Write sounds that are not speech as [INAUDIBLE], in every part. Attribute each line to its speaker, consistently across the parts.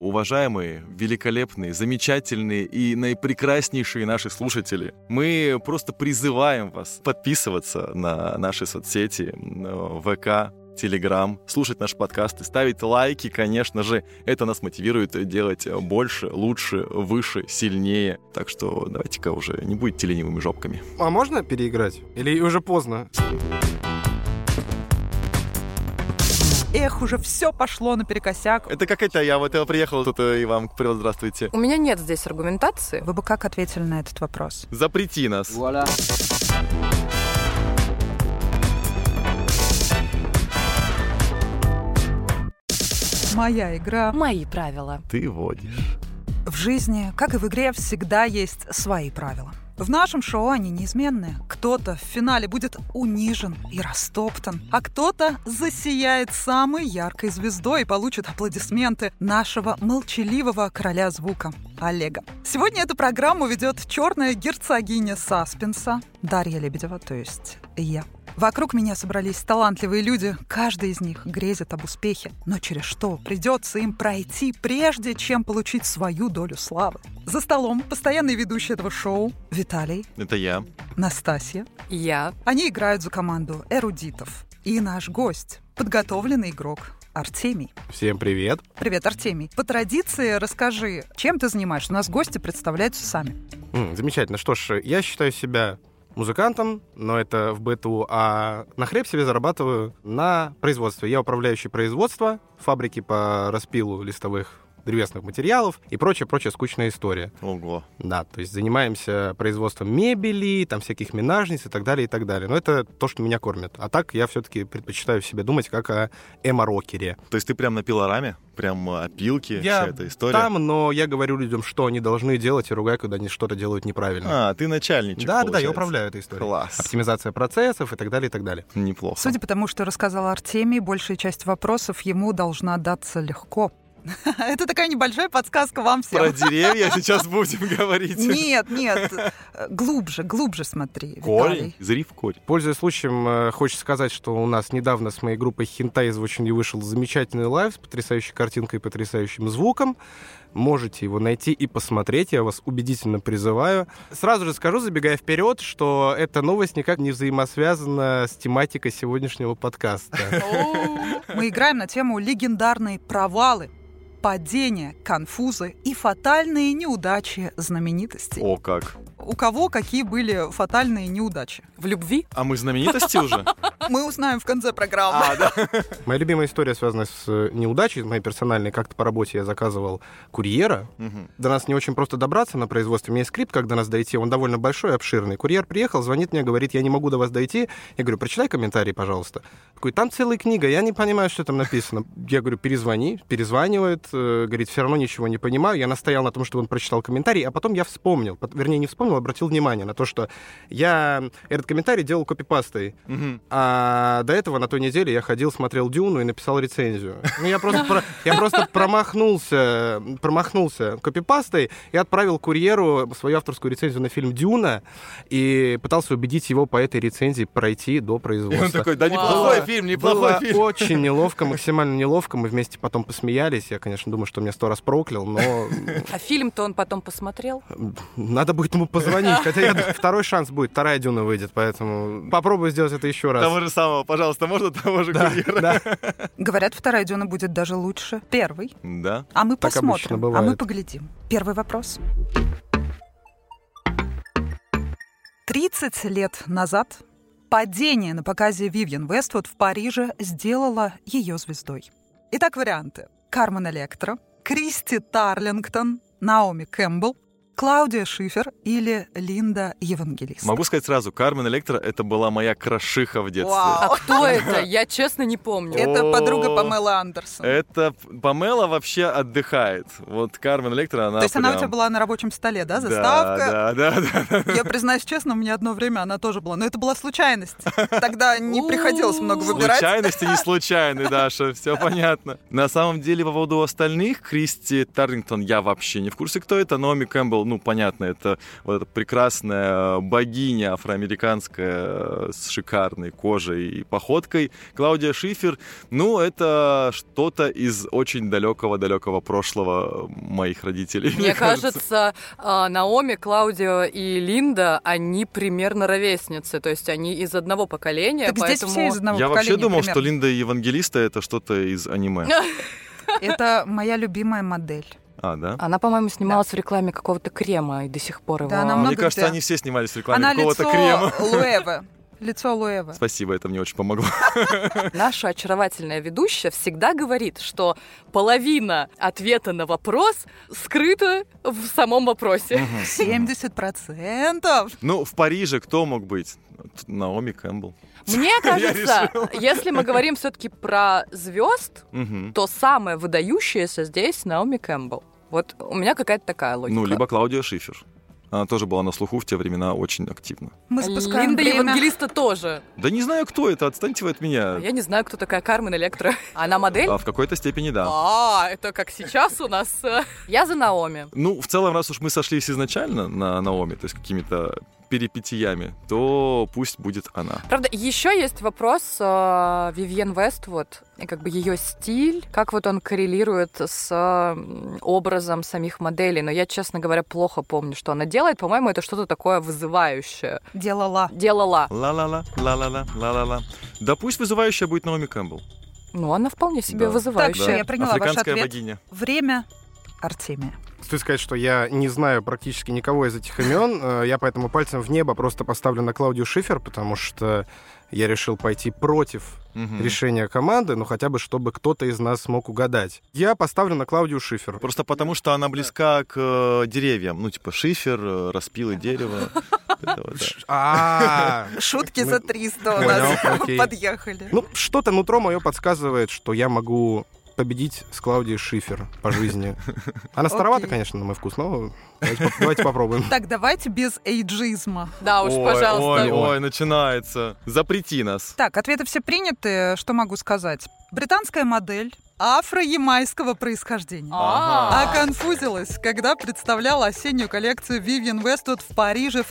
Speaker 1: Уважаемые, великолепные, замечательные и наипрекраснейшие наши слушатели, мы просто призываем вас подписываться на наши соцсети, на ВК, Телеграм, слушать наш подкаст и ставить лайки, конечно же. Это нас мотивирует делать больше, лучше, выше, сильнее. Так что давайте-ка уже не будьте ленивыми жопками.
Speaker 2: А можно переиграть? Или уже поздно?
Speaker 3: Эх, уже все пошло наперекосяк.
Speaker 1: Это как это, я вот я приехал тут э, и вам привет, здравствуйте.
Speaker 4: У меня нет здесь аргументации.
Speaker 3: Вы бы как ответили на этот вопрос?
Speaker 1: Запрети нас.
Speaker 3: Моя игра.
Speaker 4: Мои правила.
Speaker 1: Ты водишь.
Speaker 3: В жизни, как и в игре, всегда есть свои правила. В нашем шоу они неизменны. Кто-то в финале будет унижен и растоптан, а кто-то засияет самой яркой звездой и получит аплодисменты нашего молчаливого короля звука Олега. Сегодня эту программу ведет черная герцогиня саспенса Дарья Лебедева, то есть я. Вокруг меня собрались талантливые люди, каждый из них грезит об успехе, но через что придется им пройти, прежде чем получить свою долю славы. За столом постоянный ведущий этого шоу Виталий,
Speaker 1: Это я.
Speaker 3: Настасья.
Speaker 4: Я.
Speaker 3: Они играют за команду эрудитов. И наш гость, подготовленный игрок Артемий.
Speaker 2: Всем привет.
Speaker 3: Привет, Артемий. По традиции расскажи, чем ты занимаешься? У нас гости представляются сами.
Speaker 2: М, замечательно. Что ж, я считаю себя музыкантом, но это в БТУ, а на хлеб себе зарабатываю на производстве. Я управляющий производства, фабрики по распилу листовых древесных материалов и прочая-прочая скучная история.
Speaker 1: Ого.
Speaker 2: Да, то есть занимаемся производством мебели, там всяких минажниц и так далее, и так далее. Но это то, что меня кормит. А так я все-таки предпочитаю в себе думать как о эмо-рокере.
Speaker 1: То есть ты прям на пилораме? Прям э, опилки,
Speaker 2: Я
Speaker 1: вся эта история?
Speaker 2: Там, но я говорю людям, что они должны делать и ругаю, когда они что-то делают неправильно.
Speaker 1: А, ты начальничек,
Speaker 2: да, да, да, я
Speaker 1: получается.
Speaker 2: управляю этой историей.
Speaker 1: Класс.
Speaker 2: Оптимизация процессов и так далее, и так далее.
Speaker 1: Неплохо.
Speaker 3: Судя по тому, что рассказал Артемий, большая часть вопросов ему должна даться легко. [LAUGHS] Это такая небольшая подсказка вам всем.
Speaker 1: Про деревья сейчас будем
Speaker 3: [LAUGHS]
Speaker 1: говорить.
Speaker 3: Нет, нет, э, глубже, глубже смотри,
Speaker 1: Корень.
Speaker 3: Виталий.
Speaker 1: Зри в корень.
Speaker 2: Пользуясь случаем, э, хочется сказать, что у нас недавно с моей группой Хинтай из очень вышел замечательный лайв с потрясающей картинкой и потрясающим звуком. Можете его найти и посмотреть, я вас убедительно призываю. Сразу же скажу, забегая вперед, что эта новость никак не взаимосвязана с тематикой сегодняшнего подкаста.
Speaker 1: [LAUGHS]
Speaker 3: Мы играем на тему легендарные провалы, падения, конфузы и фатальные неудачи знаменитостей.
Speaker 1: О, как.
Speaker 3: У кого какие были фатальные неудачи?
Speaker 4: В [LAUGHS] любви?
Speaker 1: А мы знаменитости
Speaker 2: [LAUGHS]
Speaker 1: уже?
Speaker 3: Мы узнаем в конце программы.
Speaker 1: А, да.
Speaker 2: Моя любимая история связана с э, неудачей, моей персональной. Как-то по работе я заказывал курьера,
Speaker 1: Мгм.
Speaker 2: До нас не очень просто добраться на производстве. У меня есть скрипт, как до нас дойти. Он довольно большой, обширный. Курьер приехал, звонит мне, говорит, я не могу до вас дойти. Я говорю, прочитай комментарий, пожалуйста. Такой, там целая книга, я не понимаю, что там написано. Я говорю, перезвони. Перезванивает, э, говорит, все равно ничего не понимаю. Я настоял на том, чтобы он прочитал комментарий, а потом я вспомнил. Пот- Вернее, не вспомнил, а обратил внимание на то, что я этот комментарий делал копипастой.
Speaker 1: Мгм.
Speaker 2: А до этого на той неделе я ходил, смотрел Дюну и написал рецензию. Ну, я просто, про- я просто промахнулся, промахнулся копипастой и отправил курьеру свою авторскую рецензию на фильм «Дюна» и пытался убедить его по этой рецензии пройти
Speaker 1: И
Speaker 2: до
Speaker 1: он
Speaker 2: производства.
Speaker 1: такой, да неплохой
Speaker 2: Было-
Speaker 1: фильм,
Speaker 2: Было
Speaker 1: неплохой фильм.
Speaker 2: очень неловко, максимально неловко. Мы вместе потом посмеялись. Я, конечно, думаю, что меня сто раз проклял, но
Speaker 4: А фильм-то он потом [LAUGHS] посмотрел?
Speaker 2: надо будет ему позвонить. Хотя я думаю, второй шанс будет, вторая Дюна выйдет, поэтому попробую сделать это еще раз.
Speaker 1: Того же самого, пожалуйста, можно того же курьера?
Speaker 2: Да.
Speaker 3: Говорят, вторая дюна будет даже лучше. Первый.
Speaker 1: [LAUGHS] Да.
Speaker 3: А мы
Speaker 2: Так обычно
Speaker 3: посмотрим. А
Speaker 2: бывает.
Speaker 3: мы поглядим. Первый вопрос. 30 лет назад падение на показе Вивьен Вествуд в Париже сделало ее звездой. Итак, варианты. Кармен Электро, Кристи Тарлингтон, Наоми Кэмпбелл, Клаудия Шифер или Линда Евангелист.
Speaker 1: Могу сказать сразу, Кармен Электро — это была моя крошиха в детстве.
Speaker 3: Вау.
Speaker 4: А кто это? Я честно не помню.
Speaker 3: Это
Speaker 1: О. Э,
Speaker 3: подруга Памелы Андерсон.
Speaker 1: Это п- Памела вообще отдыхает. Вот Кармен Электро, она
Speaker 3: То есть она у
Speaker 1: прям-
Speaker 3: тебя была на рабочем столе, да, заставка?
Speaker 1: Да, да, да. да.
Speaker 3: Я признаюсь честно, у меня одно время она тоже была. Но это была случайность. Тогда не приходилось много выбирать.
Speaker 1: Случайности не случайны, Даша, все понятно. На самом деле, по поводу остальных, Кристи Таррингтон, я вообще не в курсе, кто это, Номи Кэмпбелл, ну, понятно, это вот эта прекрасная богиня афроамериканская с шикарной кожей и походкой Клаудия Шифер. Ну, это что-то из очень далекого-далекого прошлого моих родителей. [LAUGHS]
Speaker 4: Мне кажется, а, Наоми, Клаудио и Линда, они примерно ровесницы, то есть они из одного поколения,
Speaker 3: Так здесь
Speaker 4: поэтому...
Speaker 3: все из одного
Speaker 1: Я
Speaker 3: поколения
Speaker 1: вообще думал, что
Speaker 3: примерно.
Speaker 1: Линда Евангелиста это что-то из
Speaker 3: [LAUGHS]
Speaker 1: аниме.
Speaker 3: Это моя любимая модель.
Speaker 1: А, да?
Speaker 4: Она, по-моему, снималась в рекламе какого-то крема и до сих пор его...
Speaker 3: Да, она А, много
Speaker 1: Мне кажется,
Speaker 3: где.
Speaker 1: они все снимались в рекламе
Speaker 3: Она
Speaker 1: какого-то
Speaker 3: лицо
Speaker 1: крема.
Speaker 3: Луэве. Лицо Луэве.
Speaker 1: Спасибо, это мне очень помогло.
Speaker 4: Наша очаровательная ведущая всегда говорит, что половина ответа на вопрос скрыта в самом вопросе.
Speaker 3: 70%.
Speaker 1: Ну, в Париже кто мог быть? Тут Наоми Кэмпбелл. [LAUGHS]
Speaker 4: Мне кажется, если мы говорим все-таки про звезд,
Speaker 1: Мгм.
Speaker 4: то самое выдающееся здесь Наоми Кэмпбелл. Вот у меня какая-то такая логика.
Speaker 1: Ну, либо Клаудия Шифер. Она тоже была на слуху в те времена очень активно.
Speaker 3: Мы спускаем
Speaker 4: Линда
Speaker 3: время.
Speaker 4: Евангелиста тоже.
Speaker 1: Да не знаю, кто это, отстаньте вы от меня.
Speaker 4: Я не знаю, кто такая Кармен Электро. [LAUGHS] Она
Speaker 3: Э?
Speaker 4: модель?
Speaker 1: Э, А в какой-то степени да.
Speaker 4: А, это как сейчас у нас. э. Я за Наоми.
Speaker 1: Ну, в целом, раз уж мы сошлись изначально на Наоми, то есть какими-то перипетиями, то пусть будет она.
Speaker 4: Правда, еще есть вопрос э, Вивьен Вествуд, и как бы ее стиль, как вот он коррелирует с э, образом самих моделей. Но я, честно говоря, плохо помню, что она делает. По-моему, это что-то такое вызывающее.
Speaker 3: Делала.
Speaker 4: Делала.
Speaker 1: Ла-ла-ла, ла-ла-ла, ла-ла-ла. Да пусть вызывающая будет Наоми Кэмпбелл.
Speaker 4: Ну, она вполне себе
Speaker 1: Да.
Speaker 4: вызывающая.
Speaker 3: Так, я приняла ваш
Speaker 1: Африканская
Speaker 3: ответ.
Speaker 1: богиня.
Speaker 3: Время Артемия.
Speaker 2: Стоит сказать, что я не знаю практически никого из этих имен. э, Я поэтому пальцем в небо просто поставлю на Клаудию Шифер, потому что я решил пойти против
Speaker 1: Мгм.
Speaker 2: решения команды, ну хотя бы чтобы кто-то из нас смог угадать. Я поставлю на Клаудию Шифер.
Speaker 1: Просто потому, что она близка к э, деревьям. Ну, типа шифер, э, распилы дерева. Это вот, да.
Speaker 2: [LAUGHS] А,
Speaker 3: Шутки
Speaker 2: Мы-
Speaker 3: за 300 у
Speaker 2: Понял,
Speaker 3: нас [LAUGHS]
Speaker 2: окей.
Speaker 3: подъехали.
Speaker 2: ну что-то нутро мое подсказывает, что я могу победить с Клаудией Шифер
Speaker 1: [LAUGHS]
Speaker 2: по жизни. Она старовата,
Speaker 3: Окей.
Speaker 2: конечно, на мой вкус, но давайте поп- давайте попробуем.
Speaker 3: Так, давайте без эйджизма.
Speaker 4: Да А уж, пожалуйста.
Speaker 1: Ой, ой, начинается. Запрети нас.
Speaker 3: Так, ответы все приняты. Что могу сказать? Британская модель афро-ямайского происхождения.
Speaker 4: А.
Speaker 3: А конфузилась, когда представляла осеннюю коллекцию Vivienne Westwood в Париже в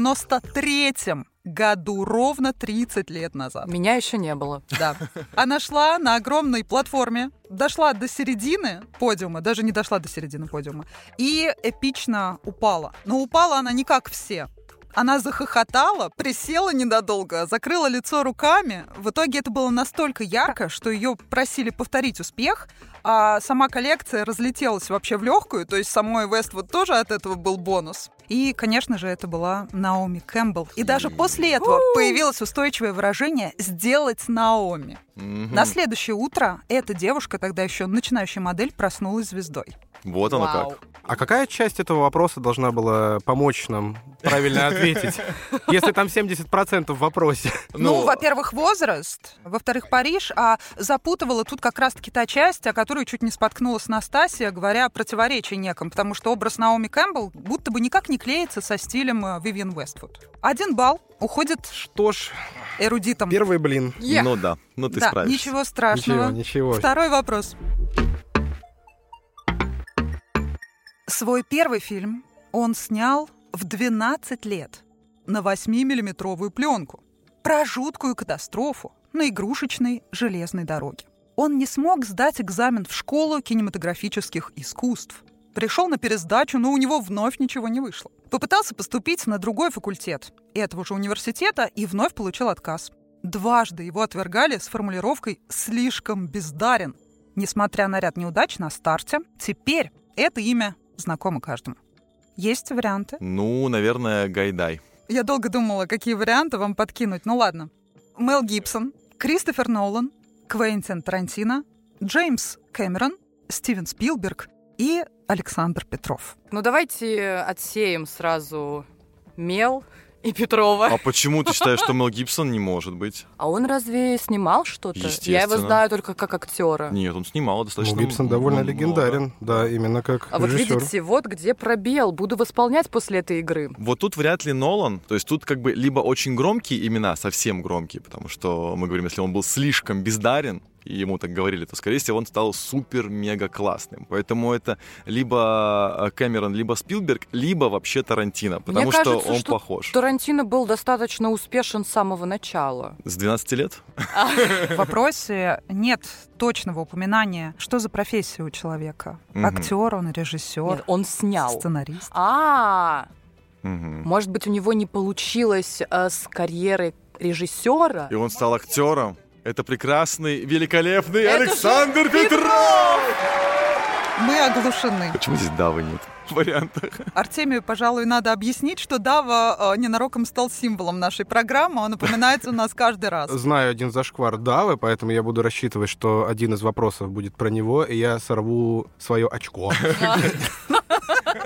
Speaker 3: 1993 году, ровно 30 лет
Speaker 4: [LAUGHS]
Speaker 3: назад.
Speaker 4: Меня еще не было.
Speaker 3: Да. Она шла на огромной платформе, дошла до середины подиума, даже не дошла до середины подиума, и эпично упала. Но упала она не как все. Она захохотала, присела ненадолго, закрыла лицо руками. В итоге это было настолько ярко, что ее просили повторить успех, а сама коллекция разлетелась вообще в легкую, то есть самой Вествуд тоже от этого был бонус. И, конечно же, это была Наоми Кэмпбелл. И даже после этого появилось устойчивое выражение «сделать Наоми».
Speaker 1: Мгм.
Speaker 3: На следующее утро эта девушка, тогда еще начинающая модель, проснулась звездой.
Speaker 1: Вот оно
Speaker 4: Вау.
Speaker 1: как.
Speaker 2: А какая часть этого вопроса должна была помочь нам правильно [LAUGHS] ответить? Если там 70% в вопросе.
Speaker 3: Ну, во-первых, возраст, во-вторых, Париж, а запутывала тут как раз-таки та часть, о которой чуть не споткнулась Настасья, говоря о противоречии неком, потому что образ Наоми Кэмпбелл будто бы никак не клеится со стилем э, Вивьен Вествуд. Один балл уходит
Speaker 2: Что ж,
Speaker 3: эрудитом.
Speaker 2: первый блин.
Speaker 4: Я.
Speaker 1: Ну да, ну ты
Speaker 3: да,
Speaker 1: справишься.
Speaker 3: ничего страшного.
Speaker 2: Ничего, ничего.
Speaker 3: Второй вопрос. Свой первый фильм он снял в 12 лет на 8-миллиметровую пленку про жуткую катастрофу на игрушечной железной дороге. Он не смог сдать экзамен в школу кинематографических искусств. Пришел на пересдачу, но у него вновь ничего не вышло. Попытался поступить на другой факультет этого же университета и вновь получил отказ. Дважды его отвергали с формулировкой «слишком бездарен». Несмотря на ряд неудач на старте, теперь это имя знакомо каждому. Есть варианты.
Speaker 1: Ну, наверное, Гайдай.
Speaker 3: Я долго думала, какие варианты вам подкинуть. Ну ладно. Мел Гибсон, Кристофер Нолан, Квентин Тарантино, Джеймс Кэмерон, Стивен Спилберг и Александр Петров.
Speaker 4: Ну, давайте отсеем сразу Мел и Петрова.
Speaker 1: А почему ты считаешь, что Мел Гибсон не может быть?
Speaker 4: А он разве снимал что-то? Я его
Speaker 1: Естественно.
Speaker 4: знаю только как актера.
Speaker 1: Нет, он снимал достаточно
Speaker 2: Ну, Гибсон
Speaker 1: м-
Speaker 2: довольно
Speaker 1: много.
Speaker 2: легендарен, да, именно как
Speaker 4: А вот
Speaker 2: режиссер.
Speaker 4: видите, вот где пробел. Буду восполнять после этой игры.
Speaker 1: Вот тут вряд ли Нолан, то есть тут как бы либо очень громкие имена, совсем громкие, потому что мы говорим, если он был слишком бездарен, и ему так говорили, то, скорее всего, он стал супер-мега классным. Поэтому это либо э, Кэмерон, либо Спилберг, либо вообще Тарантино, потому
Speaker 4: Мне
Speaker 1: что
Speaker 4: кажется,
Speaker 1: он
Speaker 4: что
Speaker 1: похож.
Speaker 4: Тарантино был достаточно успешен с самого начала.
Speaker 1: С 12 лет?
Speaker 3: В вопросе нет точного упоминания, что за профессия у человека.
Speaker 1: Мгм.
Speaker 3: Актер он, режиссер,
Speaker 4: Нет, он снял.
Speaker 3: сценарист.
Speaker 4: А,
Speaker 1: Мгм.
Speaker 4: может быть, у него не получилось э, с карьеры режиссера?
Speaker 1: И он стал актером. Это прекрасный, великолепный
Speaker 4: Это же
Speaker 1: Александр Петров!
Speaker 3: Мы оглушены.
Speaker 1: Почему здесь Давы нет? [LAUGHS] Вариантах.
Speaker 3: Артемию, пожалуй, надо объяснить, что Дава э, ненароком стал символом нашей программы. Он упоминается у нас каждый раз.
Speaker 2: Знаю один зашквар Давы, поэтому я буду рассчитывать, что один из вопросов будет про него, и я сорву свое очко.
Speaker 4: [LAUGHS]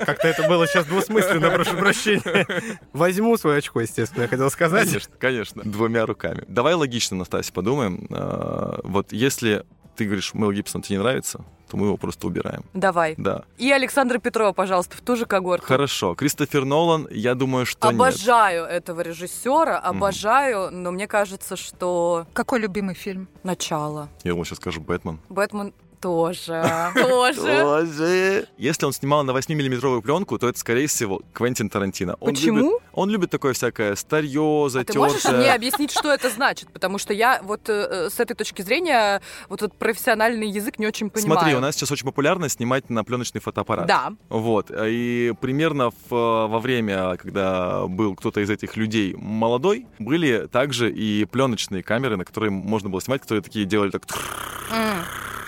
Speaker 2: Как-то это было сейчас двусмысленно, прошу прощения. Возьму свое очко, естественно, я хотел сказать.
Speaker 1: Конечно, конечно. Двумя руками. Давай логично, Настасья, подумаем. А, Вот если ты говоришь, Мэл Гибсон тебе не нравится, то мы его просто убираем.
Speaker 4: Давай.
Speaker 1: Да.
Speaker 4: И Александра Петрова, пожалуйста, в ту же когорту.
Speaker 1: Хорошо. Кристофер Нолан, я думаю, что нет.
Speaker 4: Обожаю этого режиссера, обожаю, но мне кажется, что
Speaker 3: Какой любимый фильм?
Speaker 4: начало.
Speaker 1: Я думал, сейчас скажу Бэтмен.
Speaker 4: Бэтмен
Speaker 1: [LAUGHS]
Speaker 4: тоже. Тоже.
Speaker 1: Если он снимал на 8-миллиметровую пленку, то это, скорее всего, Квентин Тарантино. Он
Speaker 4: Почему?
Speaker 1: любит- он любит такое всякое старье,
Speaker 4: А ты можешь
Speaker 1: затертое.
Speaker 4: мне объяснить, что это значит? Потому что я вот э, э, с этой точки зрения вот этот профессиональный язык не очень понимаю.
Speaker 1: Смотри, у нас сейчас очень популярно снимать на пленочный фотоаппарат.
Speaker 4: Да.
Speaker 1: Вот. И примерно в, во время, когда был кто-то из этих людей молодой, были также и пленочные камеры, на которые можно было снимать, которые такие делали так...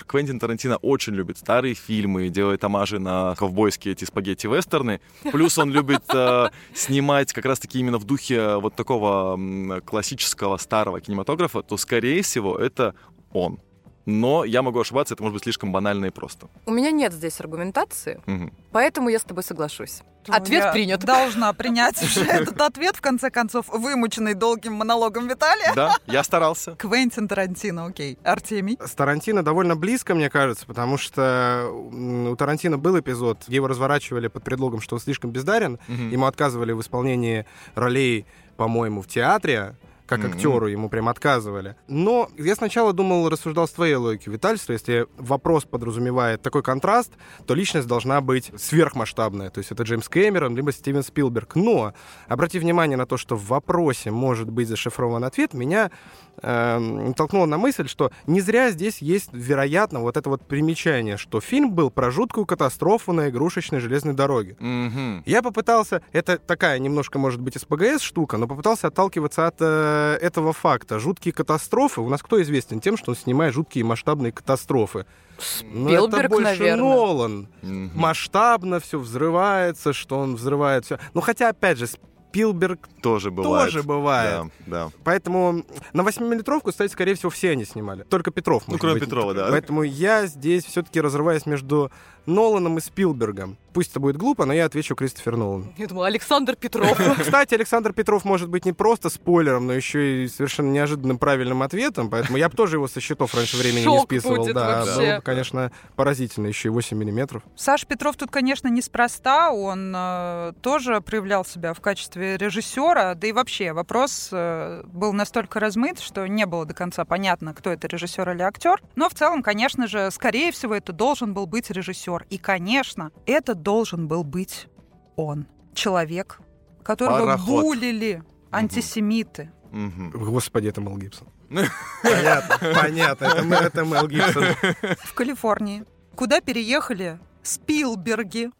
Speaker 1: Квентин Тарантино очень любит старые фильмы, делает амажи на ковбойские эти спагетти-вестерны. Плюс он любит э, снимать как раз-таки именно в духе вот такого м, классического старого кинематографа, то, скорее всего, это он. Но я могу ошибаться, это может быть слишком банально и просто.
Speaker 4: У меня нет здесь аргументации,
Speaker 1: Мгм.
Speaker 4: поэтому я с тобой соглашусь. Ответ
Speaker 3: Я
Speaker 4: принят.
Speaker 3: Должна
Speaker 4: [LAUGHS]
Speaker 3: принять уже этот ответ, в конце концов, вымученный долгим монологом Виталия.
Speaker 1: Да, я старался.
Speaker 3: Квентин Тарантино, окей. Артемий.
Speaker 2: С Тарантино довольно близко, мне кажется, потому что м, у Тарантино был эпизод, где его разворачивали под предлогом, что он слишком бездарен,
Speaker 1: Мгм.
Speaker 2: Ему отказывали в исполнении ролей, по-моему, в театре, как
Speaker 1: Мгм.
Speaker 2: актеру ему прям отказывали. Но я сначала думал, рассуждал с твоей логики, Виталь, что если вопрос подразумевает такой контраст, то личность должна быть сверхмасштабная. То есть это Джеймс Кэмерон, либо Стивен Спилберг. Но, обрати внимание на то, что в вопросе может быть зашифрован ответ, меня эм, толкнуло на мысль, что не зря здесь есть, вероятно, вот это вот примечание, что фильм был про жуткую катастрофу на игрушечной железной дороге.
Speaker 1: Мгм.
Speaker 2: Я попытался, это такая немножко, может быть, СПГС штука, но попытался отталкиваться от э, этого факта. Жуткие катастрофы. У нас кто известен тем, что он снимает жуткие масштабные катастрофы? Ну, это
Speaker 4: Спилберг,
Speaker 2: больше
Speaker 4: наверное.
Speaker 2: Нолан.
Speaker 1: Мгм.
Speaker 2: Масштабно все взрывается, что он взрывает все. Ну, хотя, опять же, Спилберг
Speaker 1: Тоже бывает.
Speaker 2: тоже бывает.
Speaker 1: Да, да.
Speaker 2: Поэтому на 8-миллиметровку, кстати, скорее всего, все они снимали. Только Петров,
Speaker 1: Ну,
Speaker 2: может
Speaker 1: кроме
Speaker 2: быть.
Speaker 1: Петрова, да.
Speaker 2: Поэтому я здесь все-таки разрываюсь между Ноланом и Спилбергом. Пусть это будет глупо, но я отвечу Кристофер Нолан.
Speaker 4: Я думала, Александр Петров.
Speaker 2: Ну, Кстати, Александр Петров может быть не просто спойлером, но еще и совершенно неожиданным правильным ответом, поэтому я бы тоже его со счетов раньше времени не
Speaker 4: Шок
Speaker 2: списывал.
Speaker 4: будет
Speaker 2: да,
Speaker 4: вообще.
Speaker 2: было бы, конечно, поразительно, еще и 8 миллиметров.
Speaker 3: Саша Петров тут, конечно, неспроста. Он э, тоже проявлял себя в качестве режиссера. Да и вообще вопрос э, был настолько размыт, что не было до конца понятно, кто это режиссер или актер. Но в целом, конечно же, скорее всего, это должен был быть режиссер. И, конечно, это должен был быть он. Человек, которого
Speaker 1: Пароход.
Speaker 3: булили антисемиты.
Speaker 4: [LAUGHS]
Speaker 1: Мгм.
Speaker 2: Господи, это Мел Гибсон. Понятно, понятно, это, Мел- это Мел Гибсон.
Speaker 3: в Калифорнии, куда переехали Спилберги.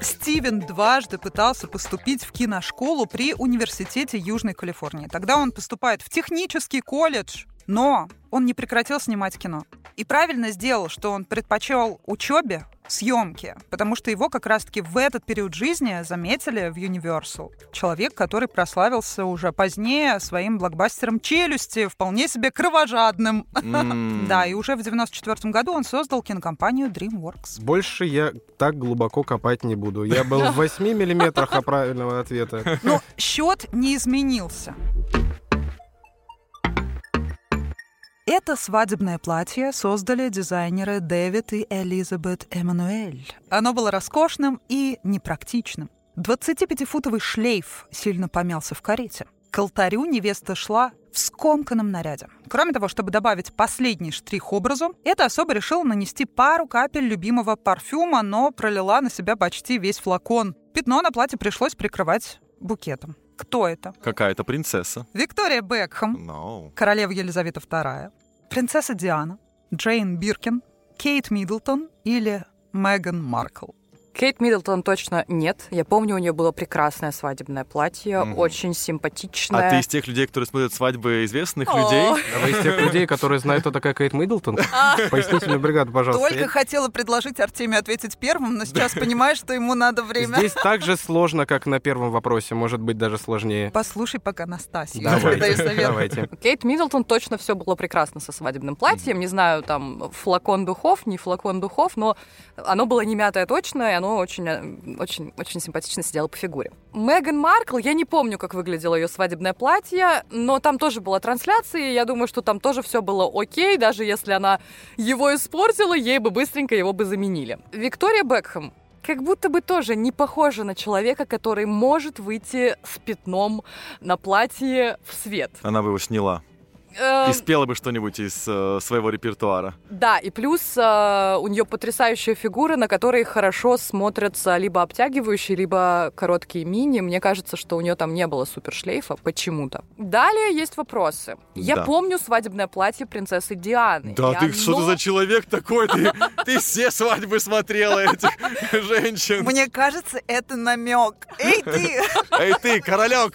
Speaker 3: Стивен дважды пытался поступить в киношколу при Университете Южной Калифорнии. Тогда он поступает в технический колледж, но он не прекратил снимать кино. И правильно сделал, что он предпочел учебе съемки, потому что его как раз-таки в этот период жизни заметили в Universal. Человек, который прославился уже позднее своим блокбастером «Челюсти», вполне себе кровожадным.
Speaker 1: М.
Speaker 3: Да, и уже в 94 году он создал кинокомпанию DreamWorks.
Speaker 2: Больше я так глубоко копать не буду. Я был в 8 миллиметрах от правильного ответа.
Speaker 3: Но счет не изменился. Это свадебное платье создали дизайнеры Дэвид и Элизабет Эммануэль. Оно было роскошным и непрактичным. 25-футовый шлейф сильно помялся в карете. К алтарю невеста шла в скомканном наряде. Кроме того, чтобы добавить последний штрих образу, эта особа решила нанести пару капель любимого парфюма, но пролила на себя почти весь флакон. Пятно на платье пришлось прикрывать букетом. Кто это?
Speaker 1: Какая-то принцесса.
Speaker 3: Виктория Бекхэм,
Speaker 1: No.
Speaker 3: королева Елизавета II, принцесса Диана, Джейн Биркин, Кейт Миддлтон или Меган Маркл.
Speaker 4: [LAUGHS] Кейт Миддлтон точно нет. Я помню, у нее было прекрасное свадебное платье,
Speaker 1: Мгм.
Speaker 4: очень
Speaker 1: А
Speaker 4: симпатичное.
Speaker 1: ты из тех людей, которые смотрят свадьбы известных
Speaker 4: О.
Speaker 1: людей?
Speaker 4: [LAUGHS]
Speaker 2: А вы из тех людей, которые знают, кто такая Кейт Миддлтон?
Speaker 4: А.
Speaker 2: Пояснительную бригаду, пожалуйста.
Speaker 3: Только хотела предложить Артемию ответить первым, но сейчас понимаю, что ему надо время.
Speaker 2: Здесь так же сложно, как на первом вопросе, может быть, даже сложнее.
Speaker 3: Послушай пока Настасью. я тебе
Speaker 2: Давайте,
Speaker 3: даю совет.
Speaker 2: давайте.
Speaker 4: У Кейт Миддлтон точно все было прекрасно со свадебным платьем. Не знаю, там флакон духов, не флакон духов, но оно было не мятое точно, и оно очень, э, очень, очень симпатично сидело по фигуре. Меган Маркл, я не помню, как выглядело ее свадебное платье, но там тоже была трансляция, и я думаю, что там тоже все было окей, даже если она его испортила, ей бы быстренько его бы заменили. Виктория Бекхэм, как будто бы тоже не похожа на человека, который может выйти с пятном на платье в свет.
Speaker 1: Она бы его сняла.
Speaker 4: Эм,
Speaker 1: И спела бы что-нибудь из э, своего репертуара.
Speaker 4: Да, и плюс э, у нее потрясающая фигура, на которой хорошо смотрятся либо обтягивающие, либо короткие мини. Мне кажется, что у нее там не было супершлейфа почему-то. Далее есть вопросы. Я
Speaker 1: Да.
Speaker 4: помню свадебное платье принцессы Дианы.
Speaker 1: Да
Speaker 4: И
Speaker 1: ты
Speaker 4: оно-
Speaker 1: что ты за человек такой? Ты,
Speaker 4: [LAUGHS]
Speaker 1: ты все свадьбы смотрела этих [LAUGHS] женщин.
Speaker 3: Мне кажется, это намек.
Speaker 2: [LAUGHS]
Speaker 3: Эй, ты!
Speaker 1: Эй ты, королек!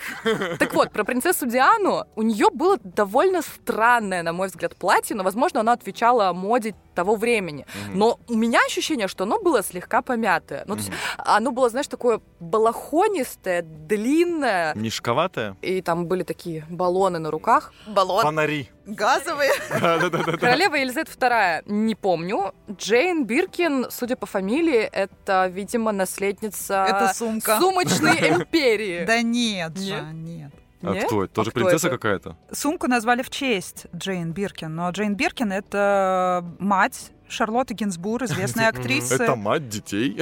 Speaker 4: Так вот, про принцессу Диану. У нее было довольно странное, на мой взгляд, платье, но, возможно, оно отвечало моде того времени.
Speaker 1: Ну.
Speaker 4: Но у меня ощущение, что оно было слегка помятое. Ну, то есть, оно было, знаешь, такое балахонистое, длинное.
Speaker 1: Мешковатая?
Speaker 4: И там были такие баллоны на руках. Баллон. [LAUGHS]
Speaker 1: Фонари.
Speaker 3: Газовые.
Speaker 4: Королева Елизавета II, не помню. Джейн Биркин, судя по фамилии, это, видимо, наследница
Speaker 3: Это сумка.
Speaker 4: сумочной империи.
Speaker 3: Да нет, же,
Speaker 4: Нет?
Speaker 3: нет.
Speaker 1: А
Speaker 4: Нет?
Speaker 1: кто это? Тоже
Speaker 4: А кто
Speaker 1: принцесса
Speaker 4: это?
Speaker 1: какая-то?
Speaker 3: Сумку назвали в честь Джейн Биркин, но Джейн Биркин — это мать Шарлотты Гинзбур, известной
Speaker 1: Это
Speaker 3: актрисы.
Speaker 1: мать детей.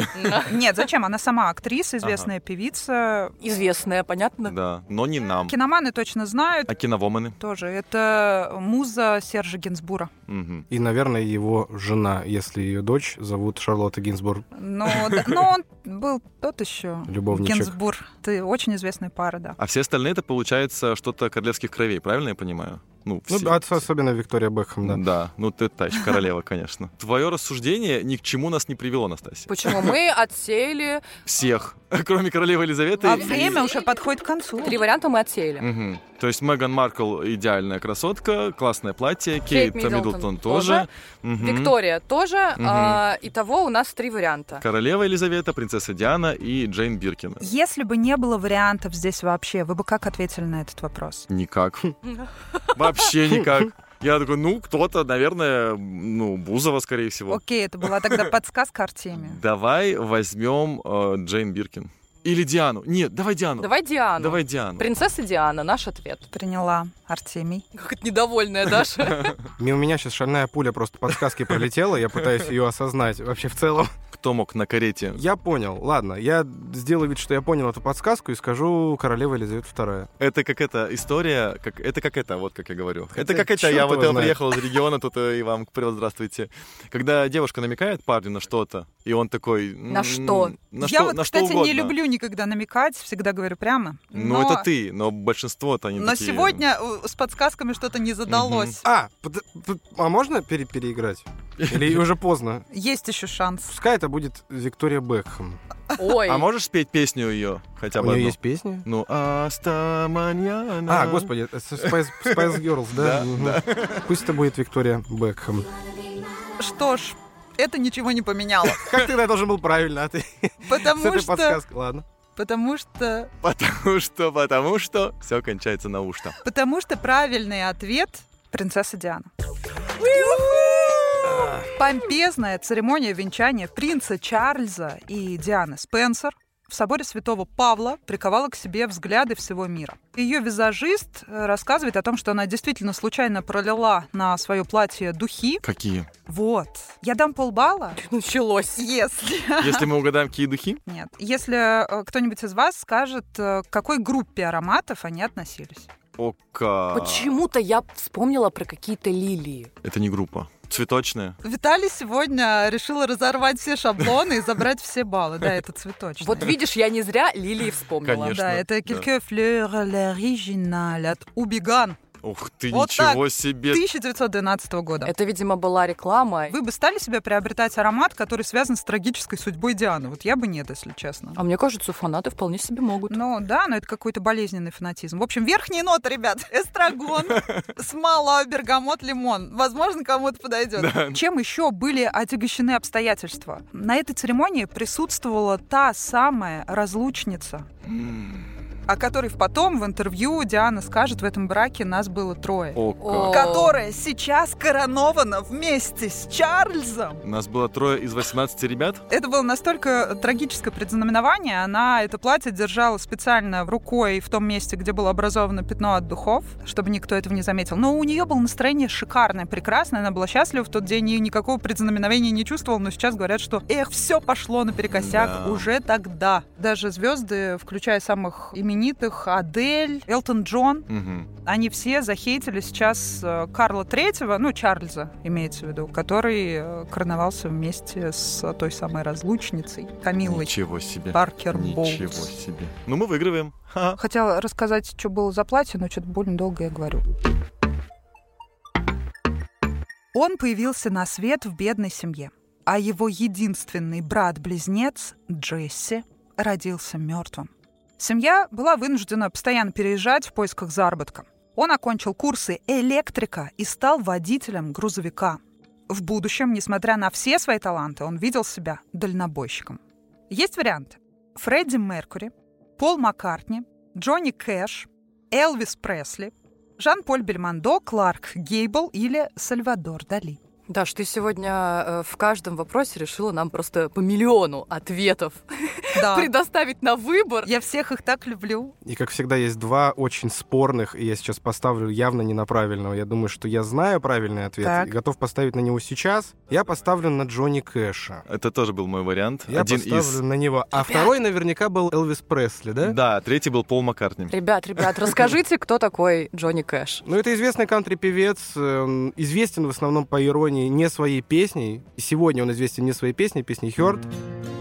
Speaker 3: Нет, зачем? Она сама актриса, известная певица.
Speaker 4: Известная,
Speaker 1: [LAUGHS]
Speaker 4: понятно.
Speaker 1: Да, но не нам.
Speaker 3: Киноманы точно знают.
Speaker 1: А киновоманы?
Speaker 3: Тоже. Это муза Сержа Гинзбура.
Speaker 1: Мгм.
Speaker 2: И, наверное, его жена, если ее дочь зовут Шарлотта Гинзбург.
Speaker 3: Но,
Speaker 1: [LAUGHS]
Speaker 3: да, но он был тот еще.
Speaker 2: Любовничек.
Speaker 3: Гинзбур. Ты очень известная пара, да.
Speaker 1: А все остальные это получается что-то королевских кровей, правильно я понимаю? Ну,
Speaker 2: Ну,
Speaker 1: все.
Speaker 2: да, отца особенно Виктория Бекхэм, да.
Speaker 1: Да, ну ты тач, королева, конечно. Твое рассуждение ни к чему нас не привело, Настасья.
Speaker 4: Почему мы отсеяли...
Speaker 1: Всех, [LAUGHS] кроме королевы Елизаветы.
Speaker 3: А
Speaker 1: и-
Speaker 3: время уже подходит к концу.
Speaker 4: Три варианта мы отсеяли.
Speaker 1: Мгм. То есть Меган Маркл идеальная красотка, классное платье,
Speaker 4: Кейт
Speaker 1: Кейт,
Speaker 4: Миддлтон
Speaker 1: Миддлтон
Speaker 4: тоже.
Speaker 1: тоже. Мгм.
Speaker 4: Виктория тоже.
Speaker 1: Мгм.
Speaker 4: а, Итого у нас три варианта.
Speaker 1: Королева Елизавета, принцесса Диана и Джейн Биркин.
Speaker 3: Если бы не было вариантов здесь вообще, вы бы как ответили на этот вопрос?
Speaker 1: Никак. Вообще никак. Я такой, ну, кто-то, наверное, ну, Бузова, скорее всего.
Speaker 3: Окей, это была тогда подсказка Артемия.
Speaker 1: Давай возьмем э, Джейн Биркин. Или Диану. Нет, давай Диану.
Speaker 4: Давай Диану.
Speaker 1: ну, Давай Диану.
Speaker 4: Принцесса Диана, наш ответ.
Speaker 3: Приняла Артемий.
Speaker 4: Как недовольная Даша.
Speaker 2: Мимо меня сейчас шальная пуля просто подсказки пролетела, я пытаюсь ее осознать вообще в целом.
Speaker 1: Кто мог на карете?
Speaker 2: Я понял, ладно, я сделаю вид, что я понял эту подсказку и скажу королева Елизавета II.
Speaker 1: Это как эта история, как, это как это, вот как я говорю.
Speaker 2: Хотя
Speaker 1: это как это,
Speaker 2: чёрт
Speaker 1: я
Speaker 2: его
Speaker 1: вот э,
Speaker 2: знает.
Speaker 1: приехал из региона, тут э, и вам привет, здравствуйте. Когда девушка намекает парню на что-то, и он такой... м,
Speaker 4: На что?
Speaker 1: На
Speaker 3: Я
Speaker 1: что,
Speaker 3: вот,
Speaker 1: на что
Speaker 3: кстати, не
Speaker 1: угодно.
Speaker 3: люблю никогда намекать, всегда говорю прямо.
Speaker 1: Ну,
Speaker 3: но...
Speaker 1: это ты, но большинство-то они
Speaker 3: Но
Speaker 1: такие,
Speaker 3: сегодня э, с подсказками что-то не задалось.
Speaker 2: А, под- под- а можно пере- переиграть? [LAUGHS] Или уже поздно?
Speaker 3: Есть еще шанс.
Speaker 2: Пускай это будет Виктория Бекхэм.
Speaker 4: [LAUGHS] Ой.
Speaker 1: А можешь спеть песню ее хотя
Speaker 2: У
Speaker 1: бы
Speaker 2: нее
Speaker 1: одну?
Speaker 2: есть песни?
Speaker 1: Ну, «Аста маньяна».
Speaker 2: А, господи, это Spice, Spice Girls, да? Мгм. Пусть это будет Виктория Бекхэм.
Speaker 3: Что ж, это ничего
Speaker 2: [LAUGHS]
Speaker 3: не поменяло.
Speaker 2: Как ты я должен был правильно, а ты с
Speaker 3: Потому
Speaker 2: этой
Speaker 3: что...
Speaker 2: подсказкой. Ладно.
Speaker 3: Потому что...
Speaker 1: Потому [LAUGHS] что, потому что все кончается на ушко.
Speaker 3: Потому что правильный ответ — принцесса Диана. Помпезная церемония венчания принца Чарльза и Дианы Спенсер в соборе святого Павла приковала к себе взгляды всего мира. Ее визажист э, рассказывает о том, что она действительно случайно пролила на свое платье духи.
Speaker 1: Какие?
Speaker 3: Вот. Я дам полбалла,
Speaker 4: Началось.
Speaker 3: [LAUGHS] если...
Speaker 1: Если мы угадаем, какие духи?
Speaker 3: Нет. Если э, кто-нибудь из вас скажет, э, к какой группе ароматов они относились.
Speaker 1: Ока.
Speaker 4: Почему-то я вспомнила про какие-то лилии.
Speaker 1: Это не группа. Цветочная.
Speaker 3: Виталий сегодня решил разорвать все шаблоны и забрать все баллы. Да, это цветочные.
Speaker 4: Вот видишь, я не зря лилии вспомнила.
Speaker 1: Конечно.
Speaker 3: Да, это «Quelques fleurs l'original» от Убиган
Speaker 1: Ух ты,
Speaker 3: Вот так.
Speaker 1: ничего себе.
Speaker 3: 1912 года.
Speaker 4: Это, видимо, была реклама.
Speaker 3: Вы бы стали себе приобретать аромат, который связан с трагической судьбой Дианы? Вот я бы нет, если честно.
Speaker 4: А мне кажется, фанаты вполне себе могут.
Speaker 3: Ну да, но это какой-то болезненный фанатизм. В общем, верхние ноты, ребят. [LAUGHS] Эстрагон, смола, бергамот, лимон. Возможно, кому-то подойдет. Чем еще были отягощены обстоятельства? На этой церемонии присутствовала та самая разлучница, о которой потом в интервью Диана скажет, в этом браке нас было трое.
Speaker 1: Ока.
Speaker 4: О.
Speaker 3: Которая сейчас коронована вместе с Чарльзом.
Speaker 1: У нас было трое из 18 ребят.
Speaker 3: Это было настолько трагическое предзнаменование. Она это платье держала специально в рукой в том месте, где было образовано пятно от духов, чтобы никто этого не заметил. Но у нее было настроение шикарное, прекрасное. Она была счастлива в тот день и никакого предзнаменования не чувствовала. Но сейчас говорят, что эх, все пошло наперекосяк
Speaker 1: Да.
Speaker 3: уже тогда. Даже звезды, включая самых именитых, Адель, Элтон Джон,
Speaker 1: Мгм.
Speaker 3: они все захейтили сейчас э, Карла Третьего, ну, Чарльза, имеется в виду, который э, короновался вместе с той самой разлучницей Камилой
Speaker 1: Ничего себе.
Speaker 3: Паркер
Speaker 1: Ничего
Speaker 3: Боулс.
Speaker 1: себе. Ну, мы выигрываем. Ха-ха.
Speaker 3: Хотела рассказать, что было за платье, но что-то больно долго я говорю. Он появился на свет в бедной семье, а его единственный брат-близнец Джесси родился мертвым. Семья была вынуждена постоянно переезжать в поисках заработка. Он окончил курсы электрика и стал водителем грузовика. В будущем, несмотря на все свои таланты, он видел себя дальнобойщиком. Есть варианты. Фредди Меркури, Пол Маккартни, Джонни Кэш, Элвис Пресли, Жан-Поль Бельмондо, Кларк Гейбл или Сальвадор Дали.
Speaker 4: Даш, ты сегодня э, в каждом вопросе решила нам просто по миллиону ответов
Speaker 3: Да.
Speaker 4: предоставить на выбор.
Speaker 3: Я всех их так люблю.
Speaker 2: И, как всегда, есть два очень спорных, и я сейчас поставлю явно не на правильного. Я думаю, что я знаю правильный ответ
Speaker 3: Так.
Speaker 2: и готов поставить на него сейчас. Я поставлю на Джонни Кэша.
Speaker 1: Это тоже был мой вариант.
Speaker 2: Я
Speaker 1: Один
Speaker 2: поставлю
Speaker 1: из.
Speaker 2: на него. А второй наверняка был Элвис Пресли, да?
Speaker 1: Да, третий был Пол Маккартни.
Speaker 4: Ребят, ребят, расскажите, кто такой Джонни Кэш?
Speaker 2: Ну, это известный кантри-певец, э, он известен в основном по иронии не своей песней. Сегодня он известен не своей песней, песней Heard.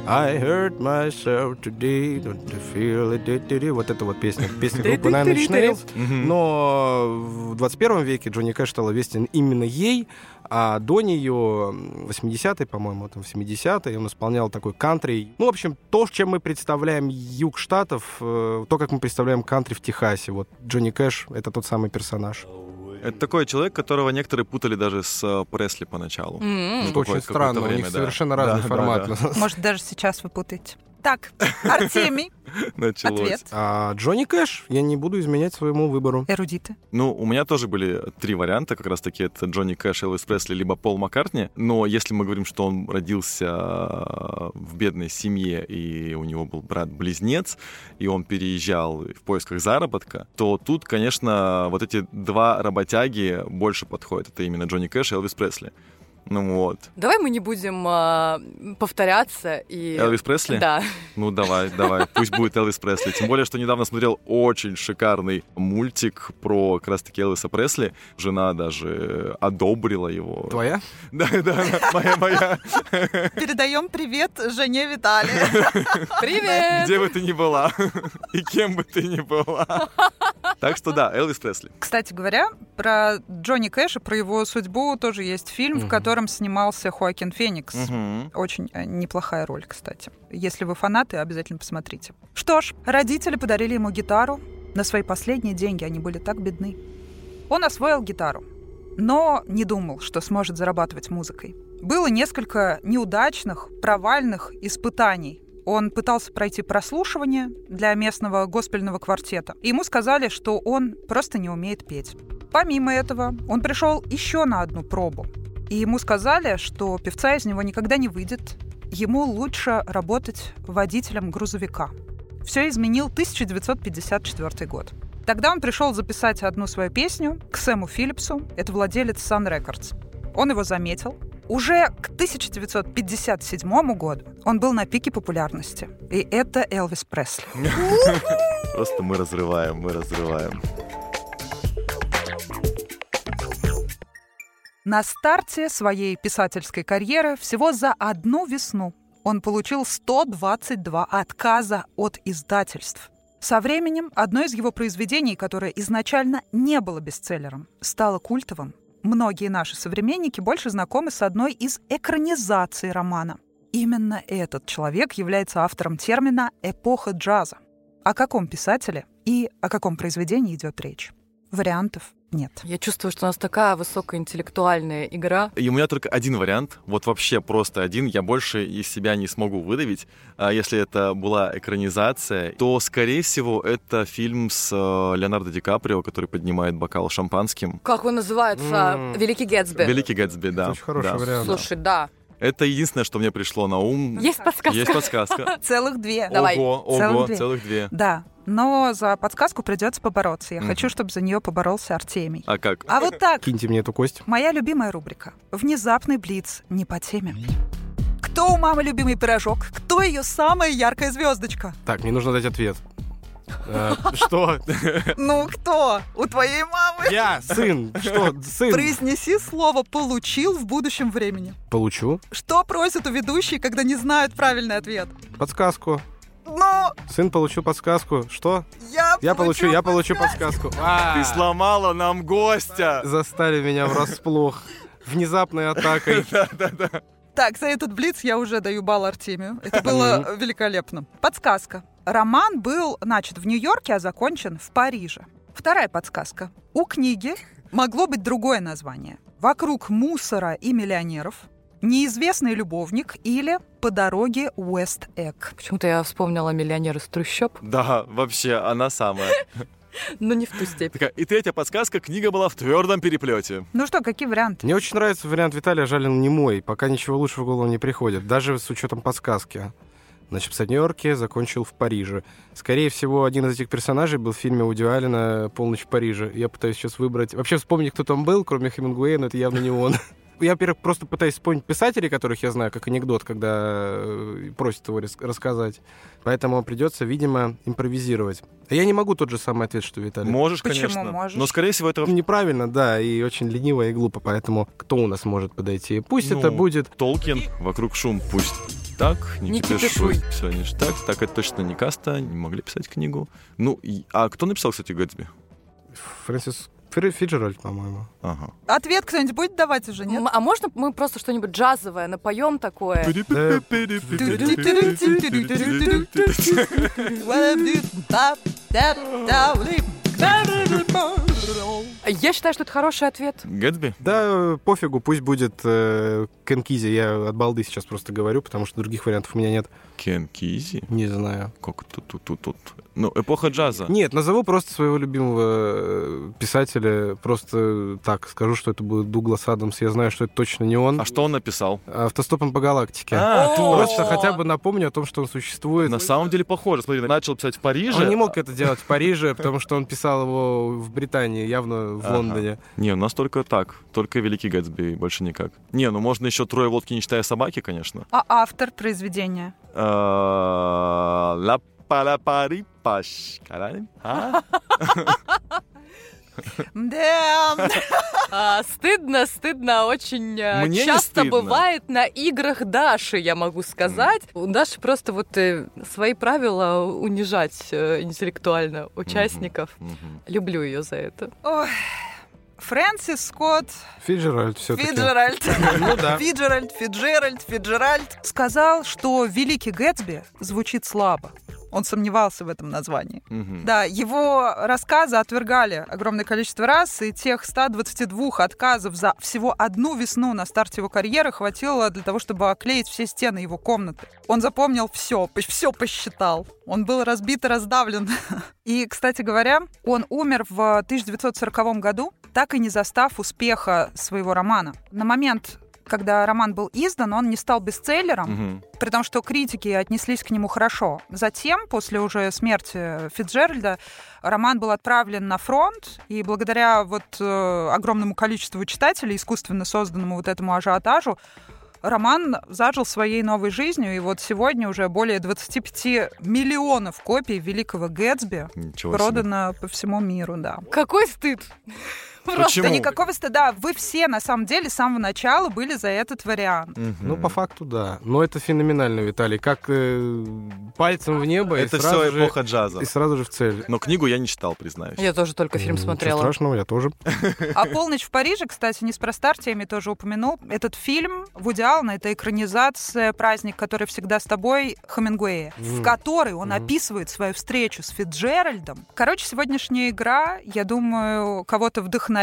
Speaker 2: I heard myself today, don't you feel it, di-di-di. Вот эта вот песня, песня группы Nine Inch Nails.
Speaker 1: Мгм.
Speaker 2: Но в 21 веке Джонни Кэш стал известен именно ей, а до нее, м, 80-е, по-моему, там, в 70-е, он исполнял такой кантри. Ну, в общем, то, чем мы представляем юг штатов, э, то, как мы представляем кантри в Техасе. Вот Джонни Кэш — это тот самый персонаж.
Speaker 1: Ну, Это такой человек, которого некоторые путали даже с э, Пресли поначалу.
Speaker 4: М-м.
Speaker 1: Какое-
Speaker 2: Очень
Speaker 1: какое-то
Speaker 2: странно, у
Speaker 1: время,
Speaker 2: них
Speaker 1: да.
Speaker 2: совершенно
Speaker 1: Да,
Speaker 2: разный
Speaker 1: да,
Speaker 2: формат.
Speaker 1: да.
Speaker 3: Может, даже сейчас вы путаете. Так, Артемий,
Speaker 1: [LAUGHS] Началось.
Speaker 3: ответ.
Speaker 2: А Джонни Кэш, я не буду изменять своему выбору.
Speaker 3: Эрудиты.
Speaker 1: Ну, у меня тоже были три варианта, как раз таки это Джонни Кэш, Элвис Пресли, либо Пол Маккартни. Но если мы говорим, что он родился э, в бедной семье, и у него был брат-близнец, и он переезжал в поисках заработка, то тут, конечно, вот эти два работяги больше подходят. Это именно Джонни Кэш и Элвис Пресли. Ну вот.
Speaker 4: Давай мы не будем а, повторяться и...
Speaker 1: Элвис Пресли?
Speaker 3: [LAUGHS]
Speaker 4: Да.
Speaker 1: Ну давай, давай, пусть будет Элвис Пресли. Тем более, что недавно смотрел очень шикарный мультик про как раз-таки Элвиса Пресли. Жена даже одобрила его.
Speaker 2: Твоя?
Speaker 1: Да, да, да, моя, моя.
Speaker 3: Передаем привет жене Виталия.
Speaker 4: Привет!
Speaker 1: Где бы ты ни была и кем бы ты ни была. Так что да, Элвис Пресли.
Speaker 3: Кстати говоря, про Джонни Кэша, про его судьбу тоже есть фильм, в
Speaker 2: Мгм.
Speaker 3: котором снимался Хоакин Феникс.
Speaker 1: Мгм.
Speaker 3: Очень э, неплохая роль, кстати. Если вы фанаты, обязательно посмотрите. Что ж, родители подарили ему гитару. На свои последние деньги они были так бедны. Он освоил гитару, но не думал, что сможет зарабатывать музыкой. Было несколько неудачных, провальных испытаний. Он пытался пройти прослушивание для местного госпельного квартета. И ему сказали, что он просто не умеет петь. Помимо этого, он пришел еще на одну пробу. И ему сказали, что певца из него никогда не выйдет. Ему лучше работать водителем грузовика. Все изменил 1954 год. Тогда он пришел записать одну свою песню к Сэму Филлипсу, это владелец Sun Records. Он его заметил. Уже к 1957 году он был на пике популярности. И это Элвис Пресли.
Speaker 1: Просто мы разрываем, мы разрываем.
Speaker 3: На старте своей писательской карьеры всего за одну весну он получил 122 отказа от издательств. Со временем одно из его произведений, которое изначально не было бестселлером, стало культовым. Многие наши современники больше знакомы с одной из экранизаций романа. Именно этот человек является автором термина «эпоха джаза». О каком писателе и о каком произведении идет речь? Вариантов нет.
Speaker 4: Я чувствую, что у нас такая высокоинтеллектуальная игра.
Speaker 1: И у меня только один вариант, вот вообще просто один, я больше из себя не смогу выдавить. А если это была экранизация, то, скорее всего, это фильм с э, Леонардо Ди Каприо, который поднимает бокал шампанским.
Speaker 4: Как он называется?
Speaker 2: М.
Speaker 4: Великий Гэтсби.
Speaker 1: Великий Гэтсби, да.
Speaker 2: Это очень хороший
Speaker 1: да.
Speaker 2: вариант.
Speaker 4: Слушай, да.
Speaker 1: Это единственное, что мне пришло на
Speaker 3: Ну,
Speaker 1: ум.
Speaker 4: Есть подсказка?
Speaker 1: Есть
Speaker 3: [LAUGHS]
Speaker 1: подсказка.
Speaker 3: Целых две.
Speaker 4: Давай.
Speaker 1: Ого,
Speaker 3: Целых
Speaker 1: ого,
Speaker 3: две.
Speaker 1: целых две.
Speaker 3: Да, но за подсказку придется побороться. Я
Speaker 1: Мгм.
Speaker 3: хочу, чтобы за нее поборолся Артемий.
Speaker 1: А как?
Speaker 3: А вот так.
Speaker 2: Киньте мне эту кость.
Speaker 3: Моя любимая рубрика. Внезапный блиц не по теме. Кто у мамы любимый пирожок? Кто ее самая
Speaker 2: [LAUGHS]
Speaker 3: яркая звездочка?
Speaker 2: Так, мне нужно дать ответ. Э, [LAUGHS] Что?
Speaker 3: Ну кто? У твоей мамы?
Speaker 2: Я, сын, что, сын?
Speaker 3: Произнеси слово «получил» в будущем времени.
Speaker 2: Получу
Speaker 3: Что просят у ведущей, когда не знают правильный ответ?
Speaker 2: подсказку.
Speaker 3: Ну,
Speaker 2: Сын получил подсказку. Что?
Speaker 3: я,
Speaker 2: Я получу, я получу подсказку. А,
Speaker 1: Ты сломала нам гостя!
Speaker 2: Застали меня врасплох. Внезапной атакой.
Speaker 3: Так, за этот блиц я уже даю балл Артемию. Это было великолепно. Подсказка. Роман был начат в Нью-Йорке, а закончен в Париже. Вторая подсказка. У книги могло быть другое название. «Вокруг мусора и миллионеров», «Неизвестный любовник» или «По дороге Уэст-Эк».
Speaker 4: Почему-то я вспомнила миллионер из трущоб,
Speaker 1: Да, вообще, она самая.
Speaker 4: но Ну, не в ту степь.
Speaker 1: Такая, и третья подсказка, книга была в твердом переплете.
Speaker 3: Ну что, какие варианты?
Speaker 2: Мне очень нравится вариант Виталия Жалин не мой. Пока ничего лучше в голову не приходит, даже с учетом подсказки. Значит, в Нью-Йорке закончил в Париже. Скорее всего, один из этих персонажей был в фильме Вуди Аллена «Полночь в Париже». Я пытаюсь сейчас выбрать... Вообще вспомнить, кто там был, кроме Хемингуэя, но это явно не он. [LAUGHS] Я, во-первых, просто пытаюсь вспомнить писателей, которых я знаю, как анекдот, когда э, просят его рас- рассказать. Поэтому придется, видимо, импровизировать. А я не могу тот же самый ответ, что Виталий.
Speaker 1: Можешь,
Speaker 3: Почему
Speaker 1: конечно.
Speaker 3: можешь?
Speaker 1: Но, скорее всего, это
Speaker 2: Ну, Неправильно, да, и очень лениво и глупо, поэтому кто у нас может подойти? Пусть
Speaker 1: Ну,
Speaker 2: это будет...
Speaker 1: Толкин. Вокруг шум пусть. Так, не,
Speaker 4: Не
Speaker 1: кипишуй.
Speaker 4: кипишуй.
Speaker 1: Все, не ж так. Так, это точно не каста, не могли писать книгу. Ну, и- а кто написал, кстати, Гэтсби?
Speaker 2: Фрэнсис Фри- Фиджеральд, по-моему.
Speaker 1: Ага.
Speaker 3: Ответ кто-нибудь будет давать уже,
Speaker 4: [LAUGHS]
Speaker 3: нет?
Speaker 4: М- А можно мы просто что-нибудь джазовое напоем такое?
Speaker 2: Да,
Speaker 4: Я считаю, что это хороший ответ.
Speaker 1: Гэтсби?
Speaker 2: да, э, пофигу, пусть будет э, Кен Кизи. Я от балды сейчас просто говорю, потому что других вариантов у меня нет.
Speaker 1: Кен Кизи?
Speaker 2: Не знаю.
Speaker 1: Как тут, тут, тут, тут? Ну, эпоха джаза.
Speaker 2: Нет, назову просто своего любимого э, писателя. Просто так скажу, что это будет Дуглас Адамс. Я знаю, что это точно не он.
Speaker 1: А что он написал?
Speaker 2: Автостопом по галактике.
Speaker 1: А,
Speaker 4: О!
Speaker 1: точно.
Speaker 2: Просто хотя бы напомню о том, что он существует.
Speaker 1: На самом деле похоже. Смотри, начал писать в Париже.
Speaker 2: Он не мог это делать в Париже, потому что он писал его в Британии, явно в
Speaker 1: Ага.
Speaker 2: Лондоне.
Speaker 1: Не, у нас только так. Только Великий Гэтсби, больше никак. Не, ну можно еще трое водки, не считая собаки, конечно.
Speaker 3: А автор произведения?
Speaker 1: А, ла пара пари паш. А?
Speaker 3: Да.
Speaker 4: А, стыдно, стыдно, очень э,
Speaker 1: Мне не
Speaker 4: часто
Speaker 1: стыдно.
Speaker 4: бывает на играх Даши, я могу сказать. У Даши просто вот э, свои правила унижать э, интеллектуально участников.
Speaker 1: Мгм.
Speaker 4: Люблю ее за это.
Speaker 3: Ой. Фрэнсис Скотт
Speaker 2: Фиджеральд все-таки.
Speaker 3: Фиджеральд.
Speaker 2: Ну да.
Speaker 3: Фиджеральд, Фиджеральд, Фиджеральд. Сказал, что «Великий Гэтсби» звучит слабо. Он сомневался в этом названии.
Speaker 1: Мгм.
Speaker 3: Да, его рассказы отвергали огромное количество раз, и тех 122 отказов за всего одну весну на старте его карьеры хватило для того, чтобы оклеить все стены его комнаты. Он запомнил все, все посчитал. Он был разбит и раздавлен. [LAUGHS] И, кстати говоря, он умер в 1940 году, так и не застав успеха своего романа. На момент когда роман был издан, он не стал бестселлером,
Speaker 1: Мгм.
Speaker 3: при том, что критики отнеслись к нему хорошо. Затем, после уже смерти Фитджеральда, роман был отправлен на фронт, и благодаря вот э, огромному количеству читателей, искусственно созданному вот этому ажиотажу, роман зажил своей новой жизнью, и вот сегодня уже более 25 миллионов копий «Великого Гэтсби»
Speaker 1: Ничего себе.
Speaker 3: продано по всему миру, да.
Speaker 4: Какой стыд!
Speaker 1: Почему?
Speaker 3: Да никакого стыда. Вы все, на самом деле, с самого начала были за этот вариант.
Speaker 1: Мгм.
Speaker 2: Ну, по факту, да. Но это феноменально, Виталий. Как э, пальцем в небо и
Speaker 1: Это
Speaker 2: сразу
Speaker 1: все
Speaker 2: же-
Speaker 1: эпоха джаза.
Speaker 2: И сразу же в цель.
Speaker 1: Но книгу я не читал, признаюсь.
Speaker 4: Я тоже только фильм
Speaker 2: Ничего
Speaker 4: смотрела.
Speaker 2: страшного, я тоже.
Speaker 3: А «Полночь в Париже», кстати, неспроста Артемий тоже упомянул. Этот фильм Вуди Аллена, это экранизация «Праздник, который всегда с тобой» Хемингуэя, в
Speaker 2: Мгм.
Speaker 3: которой он
Speaker 2: Мгм.
Speaker 3: описывает свою встречу с Фитджеральдом. Короче, сегодняшняя игра, я думаю, кого-то вдохновит.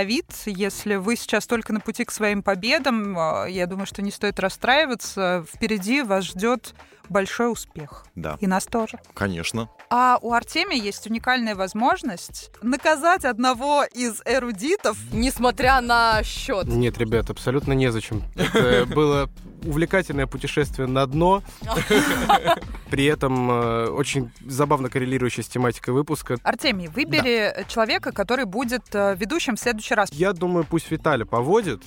Speaker 3: Если вы сейчас только на пути к своим победам, э, я думаю, что не стоит расстраиваться. Впереди вас ждет большой успех.
Speaker 1: Да,
Speaker 3: И нас тоже.
Speaker 1: конечно.
Speaker 3: А у Артемия есть уникальная возможность наказать одного из эрудитов
Speaker 4: Несмотря на счет.
Speaker 2: Нет, ребят, абсолютно незачем.
Speaker 1: [LAUGHS]
Speaker 2: Это было увлекательное путешествие на дно. При этом э, очень забавно коррелирующее с тематикой выпуска.
Speaker 3: Артемий, выбери э, человека, который будет э, ведущим в следующий раз.
Speaker 2: Я думаю, пусть Виталя поводит.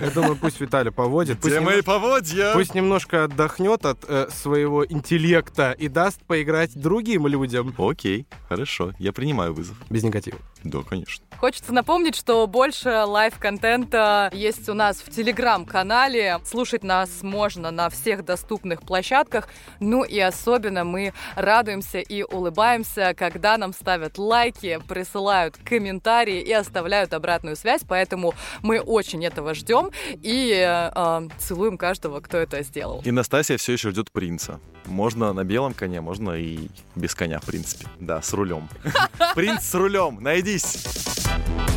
Speaker 2: Я думаю, пусть Виталя поводит. Пусть
Speaker 1: Где
Speaker 2: нем-
Speaker 1: мои поводья?
Speaker 2: Пусть немножко отдохнет от э, своего интеллекта и даст поиграть другим людям.
Speaker 1: Окей, хорошо, я принимаю вызов.
Speaker 2: Без негатива.
Speaker 1: Да, конечно.
Speaker 4: Хочется напомнить, что больше лайв-контента есть у нас в телеграм-канале. Слушать нас можно на всех доступных площадках. Ну и особенно мы радуемся и улыбаемся, когда нам ставят лайки, присылают комментарии и оставляют обратную связь. Поэтому мы очень этого ждем и э, э, целуем каждого, кто это сделал.
Speaker 1: И Настасья все еще ждет принца. Можно на белом коне, можно и без коня, в принципе. Да, с рулем. Принц с рулем, найдись!